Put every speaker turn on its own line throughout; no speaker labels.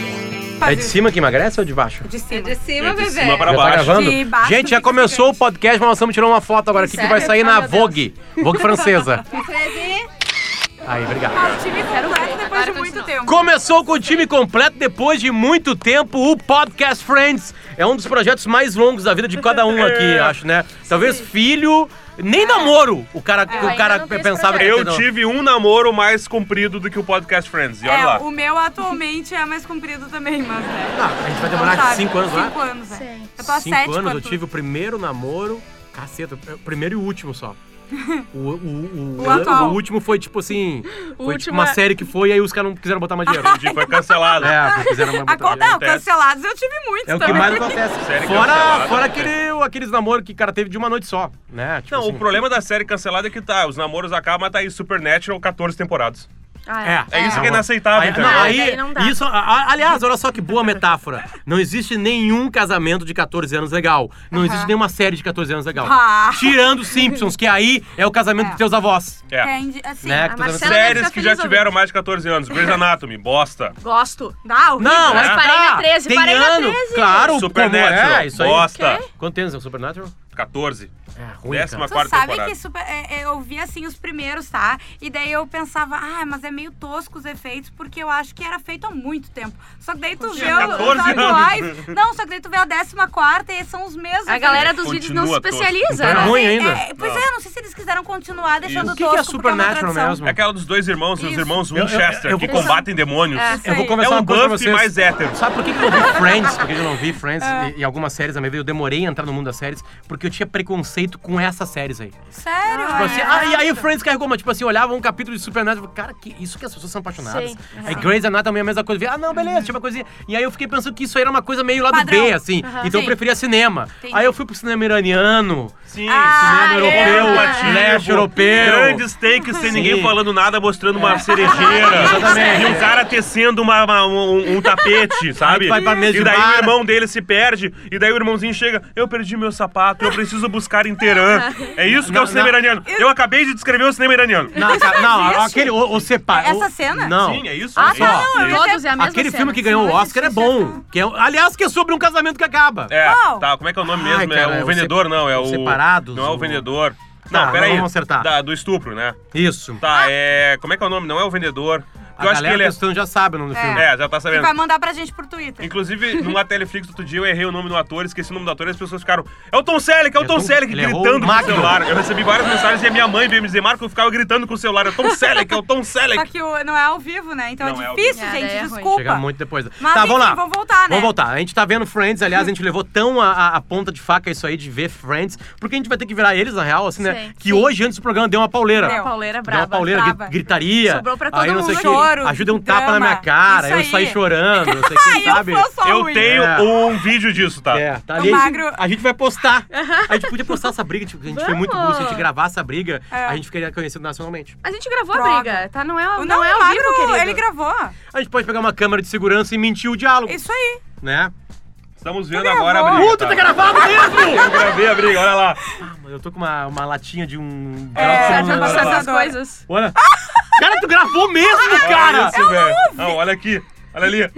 É
faz
de
isso.
cima que emagrece ou de baixo?
De
É
cima.
de cima,
de
bebê.
cima pra
Já tá
baixo.
gravando?
De baixo
Gente, já
fica
começou
gigante.
o podcast, mas nós estamos tirou uma foto agora aqui que vai
Sério?
sair na
Ai, meu Deus.
Vogue. Vogue francesa.
Fredinho.
Aí, obrigado.
Ah, o time completo depois de
Agora
muito
continua.
tempo.
Começou com o time completo depois de muito tempo. O Podcast Friends é um dos projetos mais longos da vida de cada um aqui, acho, né? Talvez filho, nem namoro. O cara, o
ainda
cara
não tem esse
pensava
Eu
não.
tive um namoro mais comprido do que o Podcast Friends. E olha
É,
lá.
o meu atualmente é mais comprido também, mas né?
Ah, a gente vai
Então,
demorar
sabe,
5 anos lá?
Cinco anos, é.
Sim.
Eu tô há
cinco
sete
anos,
com
eu
a
tive o primeiro namoro. Caceta, é o primeiro e o último só. O, o, o,
O atual.
o último foi tipo assim. foi tipo
último
uma
é-
série que foi, aí os caras não quiseram botar mais dinheiro.
O dia foi cancelado.
é, não quiseram mais botar mais
A, con-
dinheiro.
não, cancelados eu tive muitos
É o que
também.
mais acontece.
Série
Fora,
cancelada,
fora
né?
aquele, aqueles namoros que o cara teve de uma noite só, né? Tipo
Não,
assim.
o problema da série cancelada é que tá, os namoros acabam, mas tá aí Supernatural 14 temporadas.
Ah,
É,
É isso que é inaceitável,
Aí,
entendeu?
não,
Aí
aí,
não dá.
isso, a- a- aliás, olha só que boa metáfora. Não existe nenhum casamento de 14 anos legal. Não existe nenhuma série de 14 anos legal.
Ah.
Tirando os Simpsons, que aí é o casamento
É.
dos teus avós.
É.
É, indi- assim,
Né,
né?
que tu
A
tá
Marcela
vendo-
deve
Séries
ficar
que já
feliz
tiveram
ouvindo.
mais de 14 anos. Grey's Anatomy, bosta.
Gosto.
Dá horrível.
Não,
Mas
é
parei
tá.
na 13,
Tem
parei na
ano,
13.
Claro,
Supernatural,
como é, isso aí.
bosta. Quê?
Quanto anos é o Supernatural?
14.
É, ruim, cara.
Décima
Tu
quarta
sabe
temporada.
que super- é, é, eu vi assim os primeiros, tá? E daí eu pensava, ah, mas é meio tosco os efeitos, porque eu acho que era feito há muito tempo. Só que daí tu vê
tinha 14
os atuais. Não, só que daí tu vê a 14 e são os mesmos.
A galera dos vídeos não se
Continua
especializa,
né? Então é
né?
ruim
É,
ainda.
é, pois
Não.
é, eu não sei se eles quiseram continuar deixando
Isso.
O que que é
tosco. porque uma
Supernatural
tradição.
mesmo?
É aquela dos dois irmãos, os
Isso.
irmãos
eu-
Winchester,
eu
que
vou-
combatem demônios.
É.
Eu vou
Sei.
conversar
É um
uma coisa com
buff
vocês.
mais hétero.
Sabe por que que eu não vi Friends? Por que que eu não vi Friends e, e algumas séries da minha vida? Eu demorei a entrar no mundo das séries porque eu tinha preconceito com essas séries aí.
Sério?
Tipo
é?
assim, ah, e aí o Friends carregou, mas tipo assim, eu olhava um capítulo de Supernatural e falava, cara, que isso que as pessoas são apaixonadas.
Sim.
Aí Grey's Anatomy é a mesma coisa. Eu vi, Ah, não, beleza, tipo uma coisinha. E aí eu fiquei pensando que isso aí era uma coisa meio lado
Padrão.
B, assim. Então eu
Sim.
preferia cinema.
Entendi.
Aí eu fui pro cinema iraniano,
Sim,
Ah,
cinema
é.
europeu,
Comparativo,
leste europeu.
Grandes takes
Sim.
sem ninguém falando nada, mostrando
É.
uma cerejeira.
Exatamente.
E um cara tecendo uma- uma- um, um tapete, sabe?
tu vai pra mesa de
e daí
bar.
o irmão dele se perde, e daí o irmãozinho chega, eu perdi meu sapato, eu preciso buscar em Teherã. É isso que é
Não,
o cinema
não.
iraniano. Eu acabei de descrever o cinema iraniano.
Não, cara, não, aquele. O, o separa.
é Essa
o-
cena?
Não.
Sim, é isso?
Ah,
é
tá,
isso.
não, eu-
Todos é a mesma
Aquele
cena.
filme que ganhou o
Senão
Oscar é
existe
bom. Que é, aliás, que é sobre um casamento que acaba.
É,
Qual?
tá, como é que é o nome
Ai,
mesmo?
cara, é
é o
o
vendedor,
sep-
não, é o...
separados,
Não é o
o-
vendedor.
Tá,
Não,
nós
peraí.
vamos acertar.
Da- do estupro, né?
Isso.
Tá, é... Como é que é o nome? Não é o vendedor.
A galera
é...
testando já sabe o nome do
É.
filme.
É, já tá
Que
sabendo.
vai mandar pra gente por Twitter.
Inclusive, numa Teleflix outro dia eu errei o nome do ator, esqueci o nome do ator e as pessoas ficaram. É o Tom Selleck, é o
É
Tom
Tom-
Selleck,
ele errou
gritando
o
com o
Magno.
celular. Eu recebi várias mensagens e a minha mãe veio me dizer, Marco, eu ficava gritando com o celular. É o Tom Selleck, é o Tom
Só
Selleck.
que o- não é ao vivo, né? Então
Não é
é
ao
difícil,
vivo.
gente,
É, é ruim.
desculpa.
Chega muito depois.
Mas,
tá, vamos
enfim,
lá.
vamos voltar, né?
Vamos voltar. A gente tá vendo Friends, aliás, a gente levou tão a, a- a ponta de faca isso aí de ver Friends, porque a gente vai ter que virar eles, na real, assim, né?
Sim,
que hoje, antes do programa, deu uma pauleira.
Deu.
A pauleira
Deu uma
braba.
pauleira,
braba.
gri- gritaria.
Sobrou pra
aí
todo
não sei
mundo.
o quê.
Choro,
Ajuda um tapa na
drama.
minha cara,
Isso
eu saí
aí.
chorando, não sei o
Aí
que, sabe?
eu sou só
Eu
ruim.
tenho
É.
um vídeo disso, tá?
É, tá
O
ali.
magro-
A gente vai postar. A gente podia postar essa briga, tipo, a gente foi muito burro. Se a gente gravar essa briga,
É.
a gente ficaria conhecido nacionalmente.
A gente gravou
Droga.
a briga, tá? Não é,
O
não
não,
é ao
o Magro,
vivo, querido.
ele gravou.
A gente pode pegar uma câmera de segurança e mentir o diálogo,
Isso aí.
né?
Estamos vendo
Tu
agora a
gravou?
briga.
Puta, tá gravado mesmo!
Eu gravei a briga, olha lá.
Ah, mano, eu tô com uma, uma latinha de um...
É,
Serve
Nossa,
pra
mano.
mostrar
Gravadora.
essas coisas.
Olha. Cara, tu gravou mesmo,
Olha
cara!
É,
isso, velho. Não, olha aqui. Olha ali.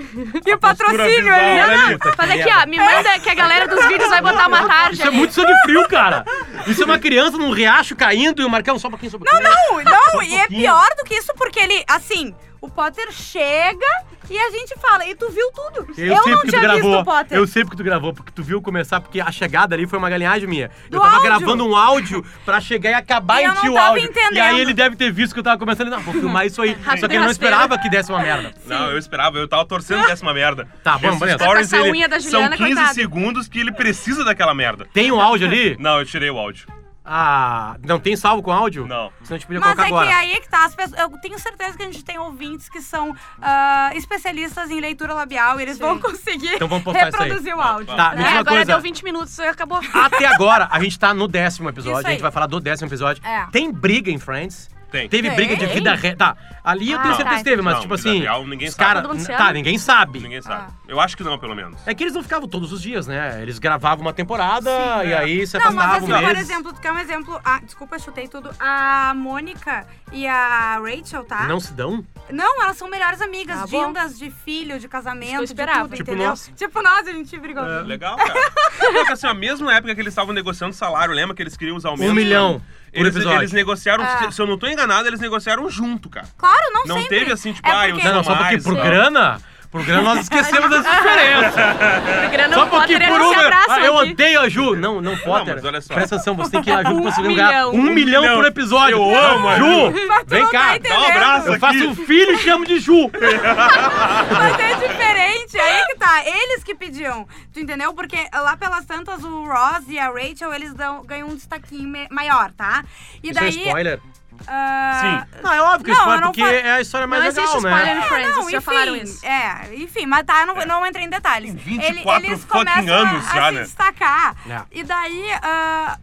E o patrocínio
visual,
ali.
olha ali. tá
Faz aqui, ó. Me manda é que a galera dos vídeos vai botar uma tarja.
tá Isso é
ali.
muito sangue frio, cara! Isso é uma criança num riacho caindo e o Marcão só um pouquinho, só um pouquinho.
Não, não, e é
pouquinho.
pior do que isso, porque ele, assim, o Potter chega e a gente fala, e tu viu tudo.
Eu, sei
não
porque tu
tinha visto
gravou.
o Potter.
Eu sei porque tu gravou, porque tu viu começar, porque a chegada ali foi uma galinhagem minha.
Do
eu tava
áudio.
gravando um áudio pra chegar e acabar
E eu
em ti
não
o
tava
áudio. E aí
entendendo.
ele deve ter visto que eu tava começando. ele, Não, vou filmar isso aí. Só que ele
e
não
rasteira.
esperava que desse uma merda.
Não, eu esperava, eu tava torcendo que desse uma merda.
Tá, bom,
Esses
beleza.
stories,
Essa
ele-
unha da
são
Juliana,
15
coitada.
segundos que ele precisa daquela merda.
Tem um áudio ali?
Não, eu tirei o áudio.
Ah, não tem salvo com áudio?
Não.
Senão a gente podia
Mas
colocar
é
agora.
que aí é que tá, as pessoas, eu tenho certeza que a gente tem ouvintes que são ah, especialistas em leitura labial e eles vão conseguir
Então vamos postar isso aí.
reproduzir o áudio.
Tá, me
É,
diz uma
agora
coisa. um
deu 20 minutos e acabou.
Até agora, a gente tá no décimo episódio,
Isso
a
aí.
gente vai falar do décimo episódio.
É.
Tem briga em Friends?
Tem.
Teve briga de
Tem?
vida ré. Tá, ali eu tenho
Ah,
certeza
tá,
que teve, mas
Não,
tipo
vida
assim.
real ninguém
os
sabe.
cara,
Todo mundo se
Tá,
ama.
ninguém sabe.
Ah.
Ninguém sabe. Eu acho que não, pelo menos.
É que eles não ficavam todos os dias, né? Eles gravavam uma temporada e aí se
é. Não, mas
afastavam
assim, por
meses.
exemplo, tu quer um exemplo? Ah, desculpa, chutei tudo. A Mônica e a Rachel, tá?
Não se dão?
Não, elas são melhores amigas,
Tá bom.
dindas de filho, de
Isso que
casamento,
eu
de
esperava.
tudo,
Tipo
entendeu?
nós.
Tipo nós, a gente brigou.
É, legal, cara. Porque assim, a mesma época que eles estavam negociando salário, lembra que eles queriam os aumentos?
Um milhão
né?
por
Eles,
episódio.
eles negociaram,
Ah.
se- se eu não tô enganado, eles negociaram junto, cara.
Claro, não,
Não
sempre.
teve assim, tipo,
é
ah, eu
porque...
sou
Não, não, só porque
mais,
por
não.
grana. Por grana nós esquecemos das diferenças.
Grana
Só
o
porque
Potter,
por
eles se
uma.
abraçam
Ah, eu
aqui.
odeio a Ju. Não, não, Potter.
mas olha só.
Presta atenção, você tem que ir a Ju pra você
Um
ganhar
milhão.
um
Um
milhão
milhão.
por episódio.
Eu amo a
Ju.
Mas tu
Vem
não
cá,
tá
dá
entendendo.
um abraço.
Eu faço um filho e chamo de Ju.
Mas é diferente, aí que tá. Eles que pediam, tu entendeu? Porque lá pelas tantas, o Ross e a Rachel, eles dão, ganham um destaquinho me- maior, tá? E
Isso é
daí...
spoiler?
ah,
Sim.
Não, é óbvio que é
Não,
spoiler,
eu não
porque
fa-
é a história mais
Não
legal,
existe
né?
spoiler.
É,
Friends,
não,
vocês já
enfim,
falaram isso.
É, enfim, mas tá, não, não entra em detalhes.
Tem
Ele-
24
eles
fucking
começam
anos
a, a
já,
se
né?
destacar.
É.
E daí, ah,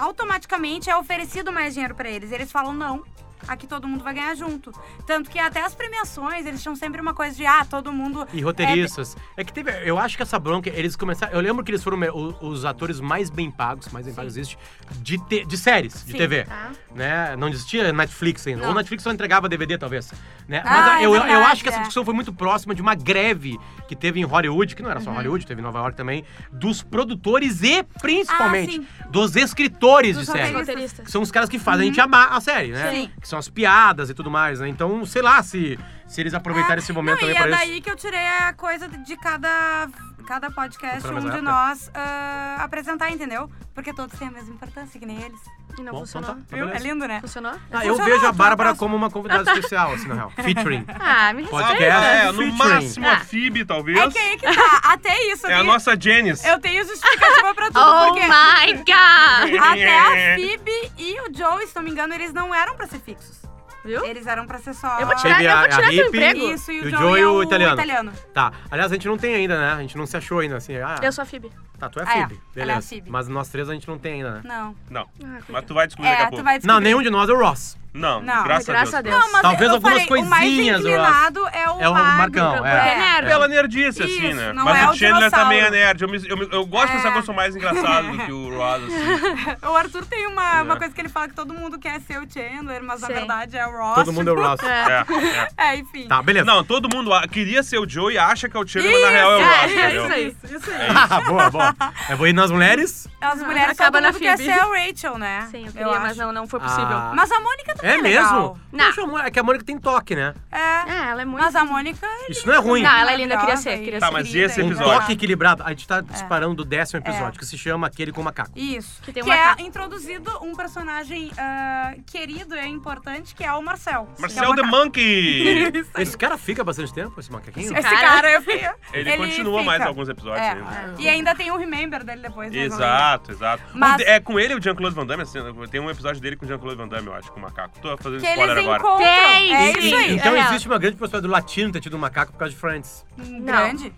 automaticamente é oferecido mais dinheiro pra eles. Eles falam não. Aqui todo mundo vai ganhar junto. Tanto que até as premiações, eles tinham sempre uma coisa de, ah, todo mundo.
E
roteirista.
roteiristas. É que teve. Eu acho que essa bronca, eles começaram. Eu lembro que eles foram me- o- os atores mais bem pagos, mais bem pagos existe, de, te- de séries, de
Sim,
TV.
tá.
Né? Não existia Netflix ainda.
Não.
Ou Netflix só entregava DVD, talvez. Né?
Ah,
Mas a-
é
eu, eu
verdade,
acho que essa
é.
discussão foi muito próxima de uma greve que teve em Hollywood, que não era só
Uhum.
Hollywood, teve em Nova York também, dos produtores e principalmente
Ah, sim.
dos escritores
Dos
de séries.
roteiristas. Uhum.
Que são os caras que fazem a gente amar a série, né?
Sim.
Que são as piadas e tudo mais, né? Então, sei lá se, se eles aproveitaram esse momento
não,
também
e é
pra isso.
daí que eu tirei a coisa de cada, cada podcast,
Procura
um
mais
de
rápido.
nós ah, apresentar, entendeu? Porque todos têm a mesma importância, que nem eles.
E não
Bom, então
funcionou.
tá.
Viu? É
beleza.
lindo, né?
Funcionou?
Ah, eu
Funcionou,
vejo a
tá,
Bárbara
próximo.
como uma convidada especial, assim, na real. Featuring.
Ah, me
Pode-
respeita.
É,
É, no
featuring.
máximo a
Ah.
Phoebe, talvez.
É que aí que tá. Até isso,
É a
eu,
nossa Janice.
tenho, eu tenho justificativa pra tudo,
Oh
porque
my God!
até a Phoebe e o Joey, se não me engano, eles não eram pra ser fixos.
Viu?
Eles eram pra ser só.
Eu vou tirar,
Phoebe é
eu
a-
vou tirar
a
teu
hippie.
emprego.
Isso, e
E
o
o
Joey é o italiano.
Tá. Aliás, a gente não tem ainda, né? A gente não se achou ainda, assim. Ah,
Eu sou a Phoebe.
tá, tu é a
Ah, é.
Phoebe.
Ela é a
Beleza.
Phoebe.
Mas nós três a gente não tem ainda, né?
Não.
Não.
Ah,
Mas
coitado.
tu vai descobrir daqui
É,
a
tu
pouco.
vai descobrir.
Não, nenhum de nós é o Ross.
Não,
Não,
graças,
graças
a
a
Deus.
Deus.
Não, mas
Talvez
eu
algumas
falei,
coisinhas,
O mais
eu
inclinado é o,
É o Marcão,
magro,
é.
porque né,
É nerd.
Pela nerdice, assim,
Isso,
né?
não
Mas
é
o
o
Chandler
dinossauro.
também é nerd. Eu, me- eu, me- eu gosto de
É.
pensar que eu sou mais engraçado do que o Ross, assim.
É.
O Arthur tem uma, uma
É.
coisa que ele fala que todo mundo quer ser o Chandler, mas na
Sim.
verdade é o Ross.
Todo mundo é o Ross.
É, é.
É, enfim.
Tá, beleza.
Não, todo mundo a- queria ser o Joey, acha que é o Chandler, mas na real é o
é,
Ross,
é
entendeu?
isso aí.
Isso, isso aí.
Ah, boa, boa. Eu vou ir nas mulheres?
As mulheres
Acaba
todo
na
mundo quer
Phoebe.
ser a Rachel, né?
Sim, eu queria, mas
acho.
não, não foi possível.
Ah.
Mas a Mônica também é,
É mesmo?
legal.
Não.
Poxa, a Mo- É que a Mônica tem toque, né?
É.
Ah, ela é muito...
Mas a Mônica. é
Isso não é ruim.
Não, ela é linda, queria
maravilhosa
ser,
e
queria
Tá,
ser.
mas
querida
esse
e
Um
episódio.
tal.
toque equilibrado. A
É.
gente tá disparando do décimo episódio, que se chama Aquele com Macaco.
Isso.
Que
Que,
tem um
é
macaco.
introduzido um personagem ah, querido e importante, que é o Marcel.
Marcel the Monkey!
Monkey.
Esse cara fica bastante tempo, esse macaquinho?
Esse
Cara.
cara, eu fiquei.
Ele, continua mais
fica.
alguns episódios
É.
ainda.
E ainda tem o Remember dele depois. mais ou menos.
Exato, exato. O
Mas-
de- É com ele e o Jean-Claude Van Damme, assim, tem um episódio dele com o Jean-Claude Van Damme, eu acho, com o macaco. Tô fazendo
Que
spoiler
eles
agora.
encontram.
Tem,
É
sim.
E-
isso aí.
então
é real.
existe uma grande possibilidade do latino ter tido um macaco por causa de Friends.
Um
Não.
Grande?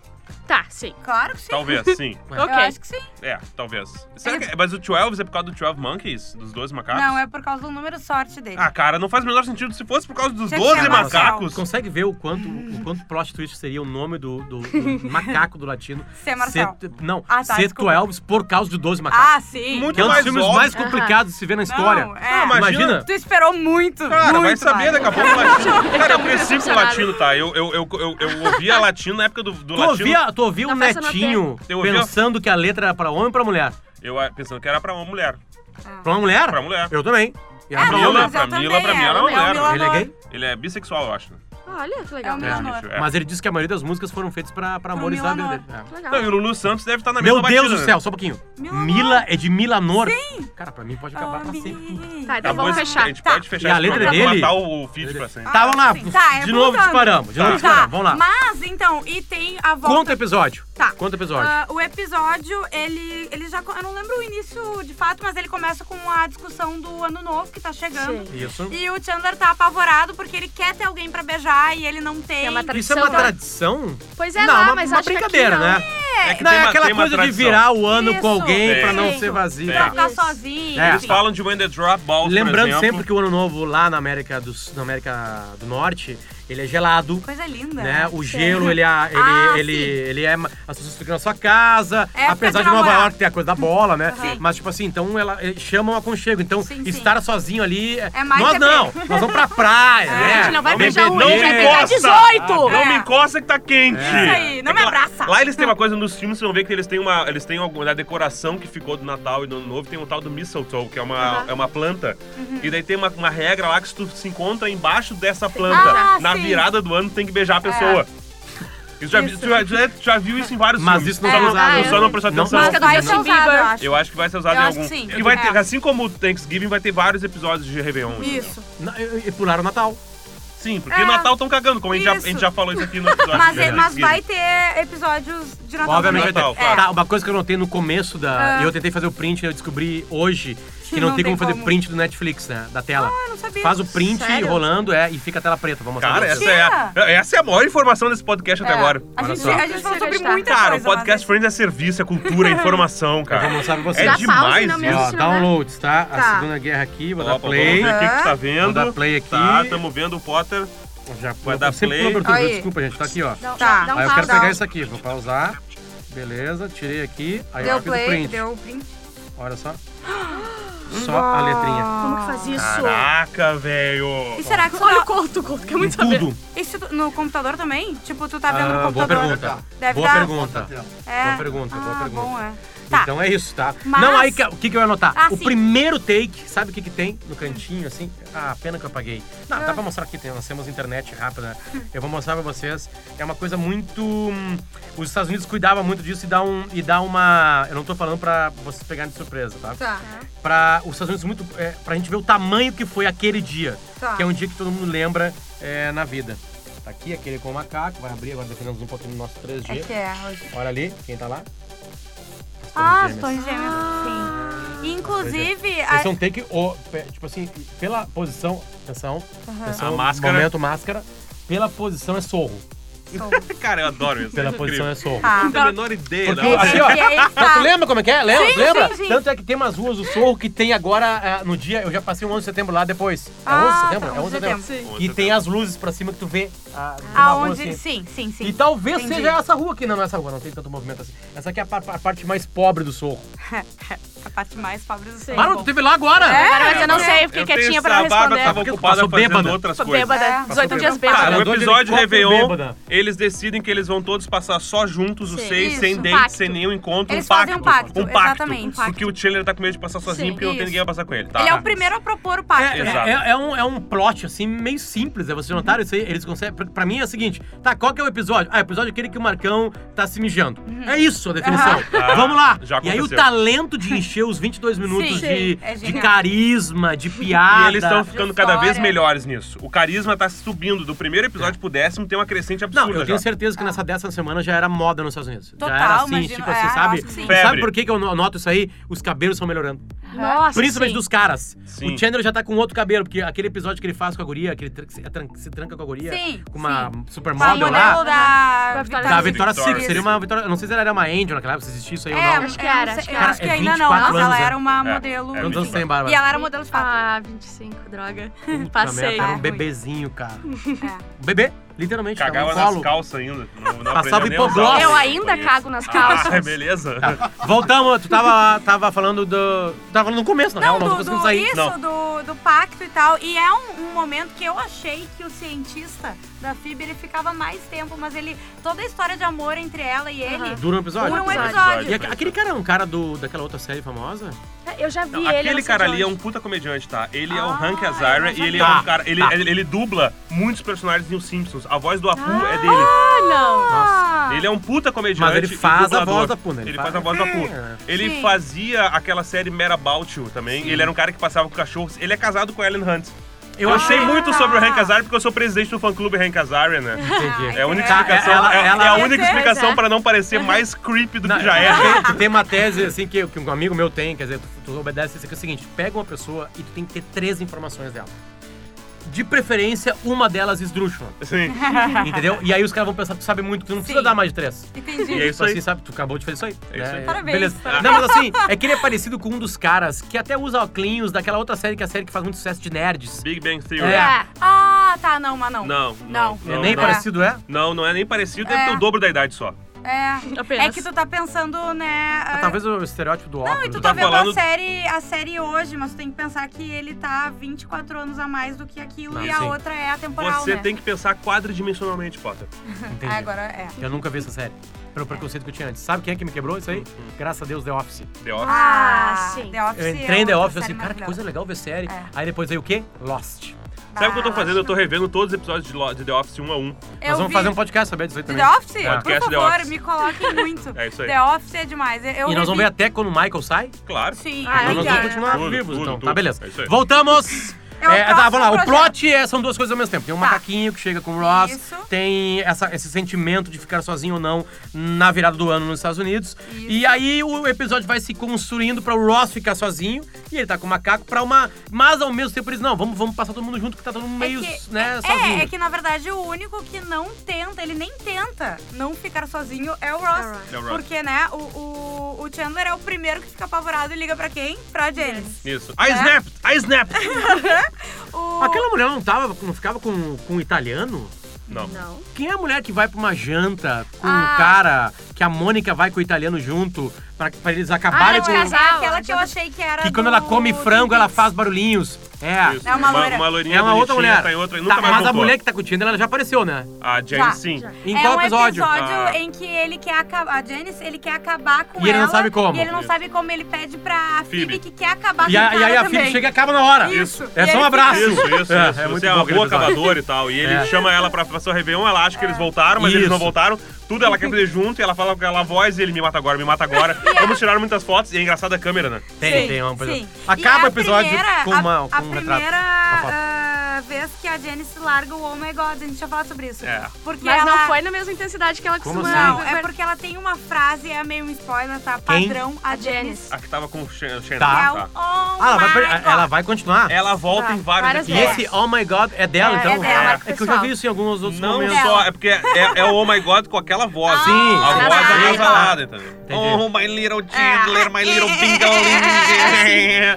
Tá, sim.
Claro que sim.
Talvez, sim.
Eu
Ok.
acho que sim.
É, talvez. Será que, mas o 12 é por causa do 12 Monkeys? Dos 12 macacos?
Não, é por causa do número sorte dele.
Ah, cara, não faz o menor sentido se fosse por causa dos
Tinha que
12
chamar
macacos.
Consegue ver o quanto, o quanto plot twist seria o nome do, do- do macaco do latino?
Ser Marcel.
não,
Ah, tá,
ser
desculpa.
12 por causa de 12 macacos.
Ah, sim.
Muito
que é um dos
mais
filmes
óbvio.
mais complicados de se ver na história.
é.
Não, ah, imagina-
Imagina.
Tu esperou muito.
Cara,
muito,
vai
Mário.
saber daqui a pouco o latino. Cara, eu
tá muito
cresci com o
decepcionado.
latino, tá? Eu, eu, eu, eu, eu ouvia latino na época do,
Tu
do latino.
ouvia, tu ouvia um
Na festa
netinho
Eu ouvia-
pensando que a letra era pra homem ou pra mulher?
Eu ah, pensando que era pra uma mulher.
Pra uma mulher?
Pra mulher.
Eu também. E era
Ah. É,
pra
não,
homem.
mas eu
pra
também,
Mila, pra mim,
é,
ela
o
não
meu-
era.
meu
Ele é
amor.
gay?
Ele é bissexual, eu acho. né?
Olha, que legal.
É o
Esse
meu- Milanor.
bicho, é.
Mas ele disse que a maioria das músicas foram feitas pra, pra amores da
Milanor.
vida dele. É.
Que legal.
Não, e o Lulu Santos deve estar na mesma
Meu Deus
batida,
do
né?
céu, só um pouquinho.
Milanor.
Mila é de Milanor? Sim. Cara, pra mim pode acabar pra sempre.
Amei.
Tá, então
Tá bom,
vamos
a
fechar.
gente
Tá.
pode fechar
E a
esse
letra
programa pra
dele?
matar o, o feed pra sempre.
Tá, vamos lá.
sim. Tá, é
de novo
voltando.
disparamos. De novo
Tá,
disparamos. Vamos lá.
mas então, e tem a volta...
Conta o episódio.
Tá.
Conta o episódio.
Ah, o episódio, ele, ele já. co- Eu não lembro o início de fato, mas ele começa com a discussão do ano novo que tá chegando.
Sim.
Isso.
E o Chandler tá apavorado porque ele quer ter alguém pra beijar e ele não tem.
É uma tra-
Isso é uma
tradição.
tradição?
Pois é,
não,
lá,
uma,
mas
uma
acho que aqui
brincadeira,
não.
né? É que
tem
não é
uma-
aquela
tem uma
coisa de
tradição.
virar o ano com
Isso,
alguém
Tem.
pra não
isso.
ser vazio.
Pra
tá?
ficar
Isso.
sozinho.
É.
Eles falam de When the Drop Balls,
Lembrando
por exemplo.
sempre que o ano novo lá na América do, na América do Norte, ele é gelado.
Coisa linda.
Né? O gelo, ele, a- ele,
é, Ah,
ele,
sim.
ele é. ma- As pessoas ficam na sua casa.
É,
apesar
fica
de Nova
namorar.
York ter a coisa da bola, né?
Sim.
Mas, tipo assim, então ela eh, chama um aconchego. Então,
Sim, sim.
estar sozinho ali.
É mais
nós
que
não!
bem.
Nós vamos pra praia, né?
A gente não vai
Não me-
beijar um,
não
a gente vai
me
beijar
encosta.
18.
Não
É.
me encosta que tá quente. É
Isso aí, não me
que lá-
abraça.
Lá, eles têm uma coisa nos filmes, vocês vão ver que eles têm uma. Eles têm alguma da decoração que ficou do Natal e do Ano Novo, tem um tal do mistletoe, que é uma,
Aham.
é uma planta. E daí tem uma, uma regra lá que se tu se encontra embaixo dessa planta,
Ah,
na
sim.
virada do ano, tu tem que beijar a pessoa. Isso já, vi- tu já, tu já- tu já viu isso em vários
Mas
filmes.
isso não
só
vai
não,
usar,
ah,
eu
eu
só não prestou
não-
atenção.
Música
Música
do
do
Justin Bieber.
eu acho.
Eu acho que vai ser usado
Eu
em
acho
algum.
que sim.
E vai ter,
É.
assim como o Thanksgiving, vai ter vários episódios de Réveillon. entendeu?
Isso.
Não, e- E pularam o Natal.
Sim, porque
É.
o Natal estão cagando, como a gente, já, a
Isso.
gente já falou isso aqui no episódio.
Mas,
de
é- mas
Thanksgiving.
vai ter episódios de Natal
Obviamente vai
também.
ter.
Natal,
É.
Tá, uma coisa que eu notei no começo da.
Ah.
Eu tentei fazer o print, eu descobri hoje que,
Que
não,
não
tem como
tem
fazer
como. Ah,
print do Netflix, né? Da tela.
Eu não sabia.
Faz o print
Sério?
rolando, é, e fica a tela preta. Vamos mostrar
Cara,
pra
essa
vocês.
é, a,
Mentira.
essa é a maior informação desse podcast até
É.
agora.
A
Olha
gente,
só.
a gente falou sobre
Acreditar.
muita
Cara, o
coisa.
Podcast
mas
Friends é serviço, é cultura, é informação, cara.
Vamos mostrar pra
É
vocês.
Dá pausa e
demais
não me
isso.
Ó,
assiste, não, né?
downloads, tá? A
é Tá.
Segunda Guerra aqui, vou
Ó,
dar play.
Vamos ver o que, que tá
Vou
vendo.
dar play aqui.
Tá, tamo vendo o Potter.
Já
Vai
eu
dar
sempre
play.
pulo abertura,
Aí.
desculpa, gente, tá aqui, ó.
Dá um-
Tá.
dá um
Aí eu quero
pause.
pegar isso aqui, vou pausar. Beleza, tirei aqui. Aí eu
Deu
fiz o
play,
print.
deu print.
Olha só. Só a letrinha.
Como que faz isso?
Caraca, velho.
E será que isso, é
Olha o
dá-
corto, o corto, quer muito saber.
Tudo.
isso no computador também? Tipo, tu tá vendo no
Ah, boa
computador?
pergunta.
Deve
boa
dar.
pergunta.
É.
Boa pergunta, boa
Ah,
pergunta.
bom, é. Tá.
Então é isso, tá?
Mas-
Não, aí que- o que, que eu ia anotar?
Ah,
o
sim.
primeiro take, sabe o que, que tem no cantinho, assim? Ah, pena que eu apaguei. Não,
Ah.
dá pra mostrar aqui, tem, nós temos internet rápida. né? Eu vou mostrar pra vocês. É uma coisa muito. hum, Os Estados Unidos cuidavam muito disso e dá, um, e dá uma. Eu não tô falando pra vocês pegarem de surpresa, tá?
Tá.
Pra os Estados Unidos, muito. É, pra gente ver o tamanho que foi aquele dia.
Tá.
Que é um dia que todo mundo lembra é, na vida. Tá aqui aquele com o macaco, vai abrir agora, dependendo um pouquinho do nosso 3G.
É que é hoje.
Olha ali, quem tá lá? As
Ah,
torres gêmeas.
as torres gêmeas. Sim. Inclusive... a-
Esse é um take, o- pe- tipo assim, pela posição, atenção, atenção,
A máscara.
momento máscara, pela posição é sorro,
Cara, eu adoro isso.
pela
é
posição é sorro.
Tá.
Não tenho a menor ideia.
Porque
da hora.
assim, ó,
E aí
Mas tu
tá.
lembra como é que é? Lembra?
Sim,
lembra?
sim, sim.
Tanto é que tem umas ruas do Sorro que tem agora, ah, no dia, eu já passei um 11 de setembro lá depois. É 11 de
Ah,
setembro?
tá,
é 11 de setembro.
Sim.
E tem as luzes pra cima que tu vê. ah, de uma rua
Aonde...
assim.
Sim, sim, sim.
E talvez
Entendi.
seja essa rua aqui. Não, não é essa rua, não tem tanto movimento assim. Essa aqui é a, par- a parte mais pobre do Sorro.
É,
A parte mais pobre do
Ah, não, tu teve lá agora!
É?
Agora, mas eu não sei, eu fiquei
Eu
quietinha
tenho
pra não
essa- tá? a Bárbara
responder.
tava
Porque eu
ocupada
passo
fazendo
bêbada.
outras
Sou
coisas.
bêbada,
É.
18 dias
Passou bêbada.
bêbada.
Cara,
Ela
no
andou de
episódio
helicóptero
Réveillon,
bêbada.
eles decidem que eles vão todos passar só juntos os
Sim.
seis,
Isso.
sem
Um
date,
pacto.
sem nenhum encontro.
Eles
um pacto.
fazem um pacto,
Um pacto.
exatamente.
Porque o Chandler tá com medo de passar sozinho,
Sim.
porque não tem
Isso.
ninguém a passar com ele. Tá?
Ele é o primeiro a propor o pacto,
É,
né?
Exato.
é, é um, é um plot, assim, meio simples, né? Vocês notaram isso aí? Eles conseguem. pra- Pra mim é o seguinte: tá, qual que é o episódio? Ah, o episódio é aquele que o Marcão tá se mijando.
Uhum.
É isso a definição.
Ah,
Vamos lá.
já
e aí o
aconteceu.
talento de encher os 22 minutos
Sim,
de,
sim, é
de
genial.
carisma, de
E
piada.
eles estão ficando cada
história.
vez melhores nisso. O carisma tá subindo. Do primeiro episódio pro décimo tem uma crescente absurda.
Não, eu tenho
já.
certeza que nessa décima semana já era moda nos Estados Unidos. já
Total,
era assim,
imagino,
tipo
é,
assim,
eu
sabe?
acho que sim.
E Sabe
Febre.
por que que eu no- noto isso aí? Os cabelos estão melhorando.
Nossa,
Principalmente
sim.
dos caras.
Sim.
O Chandler já tá com outro cabelo, porque aquele episódio que ele faz com a guria, que ele tran- que se, tran- se tranca com a guria,
Sim, né?
com uma
A
supermodel
modelo
lá.
da...
Da Vitória
Da
Sim.
é? Tá, Vitória
Victoria's
Secret, seria uma Vitória. eu Não sei se ela era uma Angel naquela época, se existia isso aí
É,
ou não.
acho que era, acho que
eu
era.
acho que
Cara, um é
ainda não,
24
mas ela
anos, é.
era uma
É,
modelo.
é
Quantos anos tem,
E
Bárbara?
ela era modelo de fato.
Ah, 25, droga.
Puta merda,
Passei.
Era um
É.
bebezinho, cara. Um bebê, literalmente. tava
Cagava
no colo.
nas calças ainda. Não, não
Passava
aprendeu nem a usar
hipogloss.
o
Eu ainda
sabonete.
cago nas calças.
Ah, beleza.
Voltamos, tu tava, tava falando do. Tu tava falando no começo, na real,
Não,
não tô
do,
conseguindo
do,
sair.
isso,
Não.
do, do pacto e tal. E é um, um momento que eu achei que o cientista da FIB, ele ficava mais tempo, mas ele... Toda a história de amor entre ela e ele...
Dura um episódio?
Por um
Episódio.
episódio.
E aque- aquele cara é um cara do, daquela outra série famosa?
Eu já vi
Não,
ele. eu
aquele
não sei
cara
de
ali é
onde.
um puta comediante, tá? Ele é o
Ah,
Hank
eu
Azaria
não
e ele é
sabia.
um cara. Ele,
Tá.
ele, ele dubla muitos personagens nos Simpsons. A voz do Apu é dele.
Ah, não.
Ah,
Ele é um puta comediante.
Mas ele
e
faz a
dublador.
voz do Apu, né? Ele
Ele
faz-
faz a voz do Apu.
É.
Ele
Sim.
fazia aquela série Mad About You também. Ele era um cara que passava com cachorros. Ele é casado com a Ellen Hunt.
Ah,
Eu, achei
é.
muito sobre o Hank Azaria porque eu sou presidente do fã-clube Hank Azaria, né?
Entendi.
É a única
Tá,
explicação,
ela-
é- é
ela-
a única
Exato.
explicação para não parecer mais creepy do
Não,
que já é.
tem- tem, uma tese assim que, que um amigo meu tem, quer dizer, tu, tu obedece isso aqui, é o seguinte, tu pega uma pessoa e tu tem que ter três informações dela. de preferência, uma delas esdrúxula.
Sim.
entendeu? E aí os caras vão pensar, tu sabe muito, tu não precisa
Sim.
dar mais de três.
Entendi.
E é isso
Então,
aí.
assim, sabe? Tu acabou de fazer isso aí.
É isso aí.
Parabéns.
Beleza. Não, mas assim, é que ele é parecido com um dos caras que até usa óculos daquela outra série que é a série que faz muito sucesso de nerds.
Big Bang Theory.
É.
Ah, tá, não, mas não.
Não, não.
Não.
é
Não,
nem
não.
parecido, é?
Não, não é nem parecido, deve
É.
ter o dobro da idade só.
É.
Apenas.
É que tu tá pensando, né?
Ah, Talvez o estereótipo do
Não, e
óculos.
tu
né?
tá,
tá
vendo
falando-
a, série, a série hoje, mas tu tem que pensar que ele tá 24 anos a mais do que aquilo
Não,
e a
sim.
outra é atemporal,
Você
né?
tem que pensar quadridimensionalmente, Potter.
Entendi.
Ah, agora é.
Eu nunca vi essa série. Pelo preconceito que eu tinha antes. Sabe quem é que me quebrou isso aí?
Uhum.
Graças a Deus, The Office.
The Office.
Ah, sim.
The Office
Eu entrei em The
é outra
Office e assim,
série
cara, que coisa
maravilhosa.
legal ver série.
É.
Aí depois aí o quê? Lost.
Sabe o que eu tô
Ah,
fazendo? Eu tô revendo todos os episódios de Lo- de The Office um a um.
eu
Nós vamos
vi-
fazer um podcast é sobre isso aí
De
também.
The Office? Por
Podcast The
favor,
Office.
me coloquem muito.
É isso aí.
The Office é demais. Eu
E nós vamos ver
revi-
até quando o Michael sai.
Claro.
Sim.
Ah,
Mas
é
nós
legal,
vamos
né?
continuar
Tudo,
vivos,
tudo,
então.
tudo.
Tá, beleza.
É isso aí.
Voltamos!
É o
tá, vamos lá. O
próximo projeto.
plot é, são duas coisas ao mesmo tempo. Tem um
Tá.
macaquinho que chega com o Ross,
Isso.
tem essa- esse sentimento de ficar sozinho ou não na virada do ano nos Estados Unidos.
Isso.
E aí o episódio vai se construindo pra o Ross ficar sozinho e ele tá com o macaco pra uma. Mas ao mesmo tempo eles, não, vamos, vamos passar todo mundo junto que tá todo mundo
É
meio,
que-
né, sozinho.
É, é que na verdade o único que não tenta, ele nem tenta não ficar sozinho é o
o
Ross.
Ross.
É o Ross.
Porque, né, o, o, o Chandler é o primeiro que fica apavorado e liga pra quem? Pra James.
Isso. I snapped! I snapped!
O...
Aquela mulher não tava, não ficava com, com um italiano?
Não.
Não.
Quem é a mulher que vai pra uma janta com o
Ah.
cara, que a Mônica vai com o italiano junto, pra, pra eles acabarem
Ah,
com.
é casal.
aquela
a
que eu
Jada-
achei que era
Que quando
do-
ela come
do
frango, ela
Vingadores.
faz barulhinhos. É.
Isso.
É uma
Uma,
loira.
uma loirinha
É uma outra
bonitinha,
mulher.
Tá em outra e
Tá,
nunca mais
mas a
voltou.
mulher que tá com o Tinder, ela já apareceu, né?
A Jane,
Já.
sim.
Já.
Em
é
qual
um
episódio?
Ah.
em que ele quer acabar. A Janice, ele quer acabar com ela.
E ele não sabe como.
E ele não sabe como. Ele pede pra Phoebe,
Phoebe.
que quer acabar
E,
com
a,
ela.
e aí a
também.
Phoebe chega e acaba na hora.
Isso.
É
E
só um
ele fica-
abraço.
Tá. Isso, isso,
É,
isso.
é muito
Você é
bom
uma
aquele
boa
episódio.
acabadora e tal. E ele
É.
chama ela pra, pra sua Réveillon, ela acha que
É.
eles voltaram, mas eles não
Isso.
voltaram. Tudo ela quer fazer junto e ela fala com aquela voz e ele me mata agora, me mata agora. Vamos tirar muitas fotos. E é engraçada a câmera, né?
Tem,
Sim,
tem uma coisa.
sim.
Acaba
E
o
a
episódio
primeira-
com, uma,
a,
com
a
um retrato.
primeira
uma foto.
ah, vez que a Janice larga o Oh My God, a gente já falou sobre isso.
É.
Porque
Mas
ela...
não foi na mesma intensidade que ela
Como
costuma.
assim?
Não, é porque ela tem uma frase, é meio um spoiler, tá?
Quem?
Padrão, a
É A
Janice.
Janice.
Ah,
A que tava com o Chen- o Chandler.
Tá.
É o
tá.
Oh
Ah, ela vai,
My
per- ela
God.
vai continuar?
Ela volta
Tá.
em vários
Várias
E
vezes.
episódios.
esse Oh My God é dela,
É,
então?
é dela,
É que eu já
pessoal.
vi isso em alguns outros
Não
momentos.
só, é porque é, é, é o Oh My God com aquela voz.
Sim,
A
sim,
voz
sim.
anasalada, entendeu?
Entendi.
Oh, my little Chandler, my little
É.
pingaling.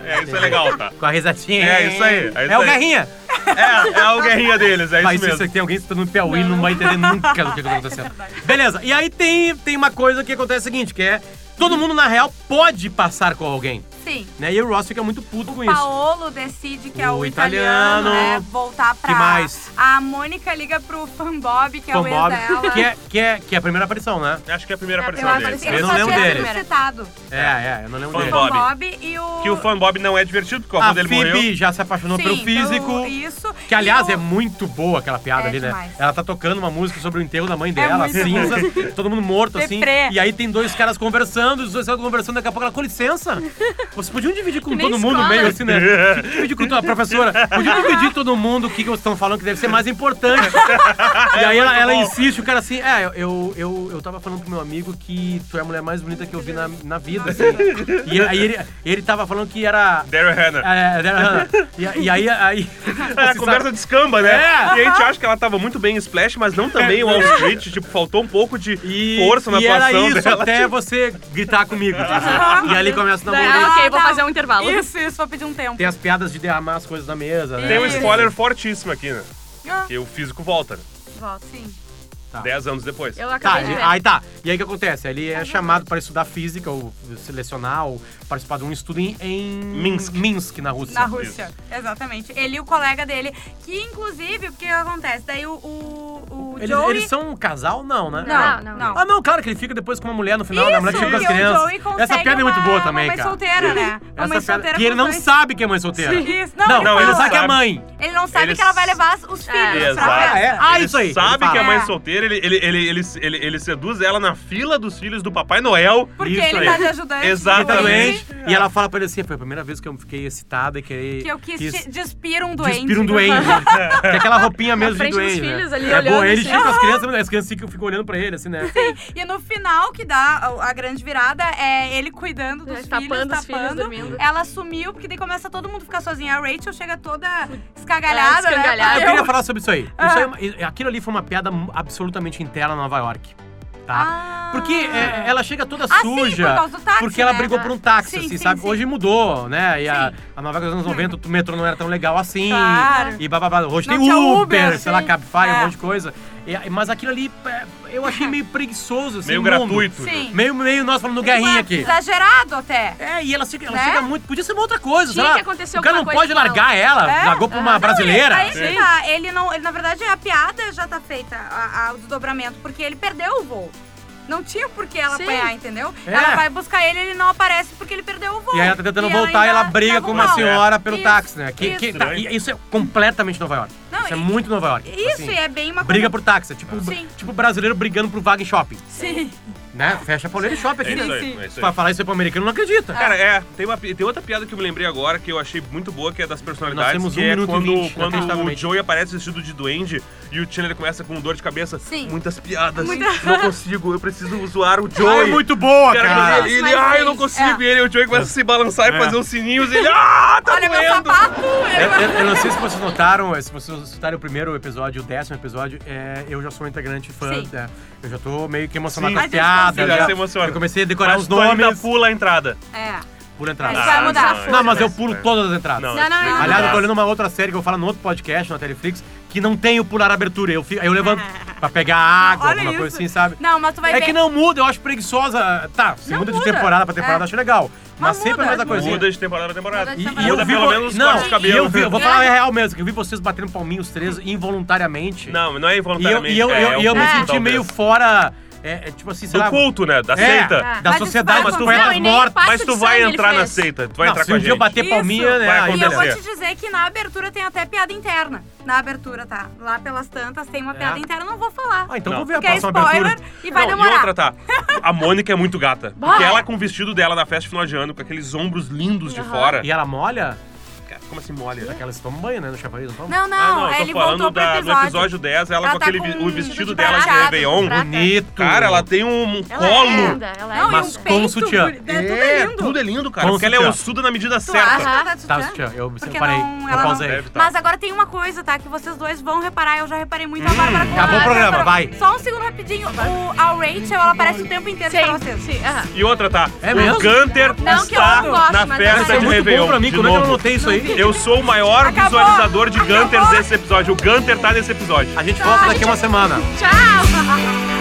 É, isso é legal, tá?
Com a risadinha.
É, isso aí, é isso
o
aí.
Guerrinha.
É, é o guerrinha deles, é isso
Mas se
mesmo.
você tem alguém que está no Piauí, não vai entender nunca do que está acontecendo. Beleza, e aí tem, tem uma coisa que acontece o seguinte, que é... Todo mundo, na real, pode passar com alguém,
Sim.
né? E o Ross fica muito puto com isso.
Paolo decide que é
O
o italiano,
italiano.
né? Voltar pra.
Que mais?
A Mônica liga pro Fanbob, que é o
Tom
ex
Bob,
dela.
que é, que, é, que é a primeira aparição, né?
Acho que é a primeira
É a
aparição
primeira
deles.
Eu
Ele
não
só
lembro
tinha
dele.
sido citado.
É, é, eu não lembro
Tom
O
dele.
Bob.
Fanbob e o.
Que o fanbob não é divertido, porque o avô
A
dele
Phoebe
morreu.
já se apaixonou
Sim,
pelo é físico.
pelo- isso.
Que, aliás,
E o-
é muito boa aquela piada
É
ali, né?
demais. É
Ela tá tocando uma música sobre o enterro da mãe dela,
muito
cinzas, todo mundo morto, assim.
Deprê.
E aí tem dois caras conversando, os dois caras conversando, daqui a pouco ela, com licença, vocês podiam dividir com
Que nem
todo mundo
escola.
meio, assim, né? Dividir com a professora, podiam dividir todo mundo o que, que vocês estão falando que deve ser mais importante. e aí ela,
muito
ela
bom.
insiste, o cara assim, é, eu, eu, eu, eu tava falando pro meu amigo que tu é a mulher mais bonita que eu vi na, na vida, assim. E aí ele, ele tava falando que era...
Daryl Hannah.
é, era- e, e aí... aí
É a
assim, sabe?
conversa de escamba, né?
É.
E a gente acha que ela tava muito bem em Splash, mas não também o Wall Street. Tipo, faltou um pouco de
E,
força na
e era
atuação
isso
dela.
até você gritar comigo. tá certo? e ali começa o
Daí,
namoro.
ok,
Ah,
vou
tá.
fazer um intervalo.
Isso, isso, vou pedir um tempo.
Tem as piadas de derramar as coisas na mesa, né?
Tem um
Isso.
spoiler fortíssimo aqui, né?
Ah,
Que o físico volta, né?
volta, sim.
Tá.
Dez anos depois.
Eu
Tá,
acabei de
ele-
ver.
aí tá. E aí o que acontece? Ele é chamado para estudar física, ou selecionar, ou participar de um estudo em, em
Minsk.
Minsk, na Rússia.
Na Rússia, exatamente. Ele e o colega dele, que inclusive, porque acontece? Daí o, o, o
Eles,
Joey...
eles são um casal? Não, né?
Não, não, não.
Ah, não, claro que ele fica depois com uma mulher no final, né? A mulher que
Isso,
chega com as
porque o
crianças.
Joey consegue
Essa piada é muito
uma-
boa também,
uma mãe
cara.
solteira, né? Uma mãe
Essa piada...
solteira
E ele
com
não
dois-
sabe que é mãe solteira.
Isso, não,
Não,
ele,
ele
fala.
sabe que é
sabe.
mãe.
Ele não sabe
Ele
que ela vai levar os- os filhos pra
Exato.
festa.
é? Ah,
Ele
isso aí, ele
sabe
fala.
que a mãe
É.
solteira, ele, ele, ele, ele, ele, ele seduz ela na fila dos filhos do Papai Noel.
Porque
Isso
ele
aí.
tá de ajudante.
Exatamente.
doente,
E ela fala pra ele assim: foi a primeira vez que eu fiquei excitada e queria.
Que eu quis te- despir um doente.
Despira um duende. Tem aquela roupinha mesmo de
frente dos
duende. né?
filhos ali,
é
olhando
boa, ele
assim.
critica as crianças, mas as crianças ficam, ficam olhando pra ele, assim, né?
E no final, que dá a, a grande virada, é ele cuidando dos filhos,
tapando
tapando.
os filhos dormindo.
Ela sumiu, porque daí começa todo mundo ficar sozinho. A Rachel chega toda escagalhada, né?
escangalhada.
Eu
Eu-
queria falar sobre isso aí. Isso
Ah.
aí é uma- e- aquilo ali foi uma piada mu- absolutamente interna a Nova York, tá?
Ah.
Porque é, ela chega toda
Ah, sim,
suja.
por causa do táxi,
porque ela
né?
brigou por um táxi,
Sim,
assim,
sim,
sabe?
sim.
Hoje mudou, né? E a,
Sim.
a Nova York dos anos 90, o metrô não era tão legal assim.
Claro.
E bababá. Hoje
Não
tem
tinha
Uber,
Uber,
sei lá,
sim.
Cabify, um
É.
monte de coisa. E- mas aquilo ali, é, eu achei meio preguiçoso, assim,
Meio
imundo.
gratuito.
Sim. Tipo,
Meio, meio nós falando guerrinha aqui.
Exagerado até.
É, e ela fica, ela
Né?
fica muito. Podia ser uma outra coisa,
Tinha
sei lá.
que acontecer
O cara não
alguma
pode
coisa com
largar ela,
É?
largou pra uma
Não,
brasileira.
Aí que
Sim.
tá, ele não, ele, na verdade a piada já tá feita, a- a- o desdobramento, porque ele perdeu o voo. Não tinha por que ela
Sim.
apanhar, entendeu?
É.
Ela vai buscar ele, ele não aparece porque ele perdeu o voo.
E aí ela tá tentando
E
voltar e ela
ainda
briga
leva
com
o
uma
pau.
senhora pelo
Isso,
táxi, né? Que,
isso.
que tá-
Estranho.
e isso é completamente Nova York.
Não,
isso é
e-
muito Nova York.
Isso,
Assim,
e é bem uma
Briga
coisa...
por táxi, é tipo,
Sim.
tipo brasileiro brigando pro Wagen Shopping,
Sim.
né? Fecha a pauleira e shopping
É
aqui.
isso
né?
aí, é isso aí.
Pra falar isso aí pro americano, não
Ah.
acredita.
Cara, é, tem, uma, tem outra piada que eu me lembrei agora que eu achei muito boa, que é das personalidades.
Nós temos
que
um
é
minuto e
quando,
vinte,
quando o
inacreditavelmente.
Joey aparece vestido de duende e o Chandler começa com dor de cabeça.
Sim.
Muitas piadas.
Muita-
Não consigo, eu preciso zoar o
Joy
Joey.
é muito boa,
Cara,
cara.
quando ele, ele
Mas
ah,
fez.
eu não
É.
consigo. E ele, o Joey começa a se balançar
É.
e fazer os sininhos e ele, ah, tá
Olha meu
doendo.
sapato! é
Eu,
ele-
eu- eu não sei se vocês notaram, se vocês escutaram o primeiro episódio, o décimo episódio, é, eu já sou um integrante fã.
Sim.
né? Eu já tô meio que emocionado
Sim.
com as
Mas
piadas.
já
já-
se emociona.
Eu comecei a decorar
Mas
os
tu ainda
nomes
pula a entrada.
É.
por entrada.
Mas vai mudar.
Não, mas eu pulo todas as entradas.
é. Não,
Não, não, não.
Aliás, eu tô
olhando
olhando uma outra série que eu falo no outro podcast, na Teleflix, que não tem o pular a abertura. Eu, fico- aí eu levanto pra pegar água,
Olha
alguma
isso.
coisa assim, sabe?
Não, mas tu vai
é
ver...
que não muda, eu acho preguiçosa. Tá, se
Não
muda, de
muda.
temporada pra temporada, eu acho legal. Mas,
Mas
sempre é a
muda.
mesma coisinha.
Muda de temporada pra temporada.
Muda
E,
de
e eu
Muda
vi,
pelo menos os
não,
cortes de cabelo.
e eu, vi, eu vou falar é real mesmo, que eu vi vocês batendo palminho os três involuntariamente.
Não, não é
E eu,
involuntariamente.
e eu,
é
eu- e eu me
um-
senti
talvez.
meio fora, é, é, tipo assim, sei
Do
lá...
culto, né? Da
é, da
seita.
Ah, Mas
sociedade
isso vai
dos
acontecer.
poetas
Não, e nem
mortos.
parte
Mas tu
de
vai
sangue ele
entrar na
fez.
seita. Tu vai
Não,
entrar
se
com a
um dia eu
gente.
bater
Isso.
palminha, né?
Vai
aí-
E eu vou
acontecer.
te dizer que na abertura tem até piada interna. Na abertura, tá? Lá pelas tantas tem uma
É.
piada interna, não vou falar.
Ah, então
Não.
vou ver a
Porque é
próxima
spoiler
abertura.
e vai
não,
demorar.
e outra, tá. A Mônica é muito gata.
Bah.
Porque ela com o vestido dela na festa de final de ano, com aqueles ombros lindos de
Aham.
fora.
E ela molha?
Cara, Como assim molha?
Porque elas tomam banho, né? No chafariz, não tomam?
Não, não,
Ah, eu tô
ele
falando
voltou pro
da-
episódio.
no episódio 10, ela,
Ela
com
tá
aquele
com
vi- o
um
vestido
vestido
dela de
prateado.
Réveillon.
Prateado.
Bonito.
Cara, ela tem um um
Ela é
colo.
linda, ela é
Não,
linda.
Mas
e um
com
peito,
sutiã.
guri- É, tudo é lindo.
Tudo é lindo, cara.
Com
porque ela é
sutiã.
ossuda na medida
Tu
certa.
acha que tá de
Tá,
sutiã?
sutiã. Eu me
Porque
separei. eu
não- ela não-
pausei.
Deve tá.
Mas agora tem uma coisa, tá? Que vocês dois vão reparar, eu já reparei muito a Bárbara com
Hum, acabou
a-
o programa, vai.
Só um segundo rapidinho. O, a Rachel, ela aparece o tempo inteiro pra
Sim,
vocês.
sim, aham.
E outra, tá.
É
o
mesmo?
Gunter
Não que eu
está
não gosto,
na
mas
Isso
festa
é muito
de
bom
Réveillon.
pra mim,
de
como é que eu
novo.
não notei isso aí?
Eu sou o maior
Acabou.
visualizador de
Acabou.
Gunters desse episódio. O Gunter tá nesse episódio.
A gente volta daqui uma semana.
Tchau!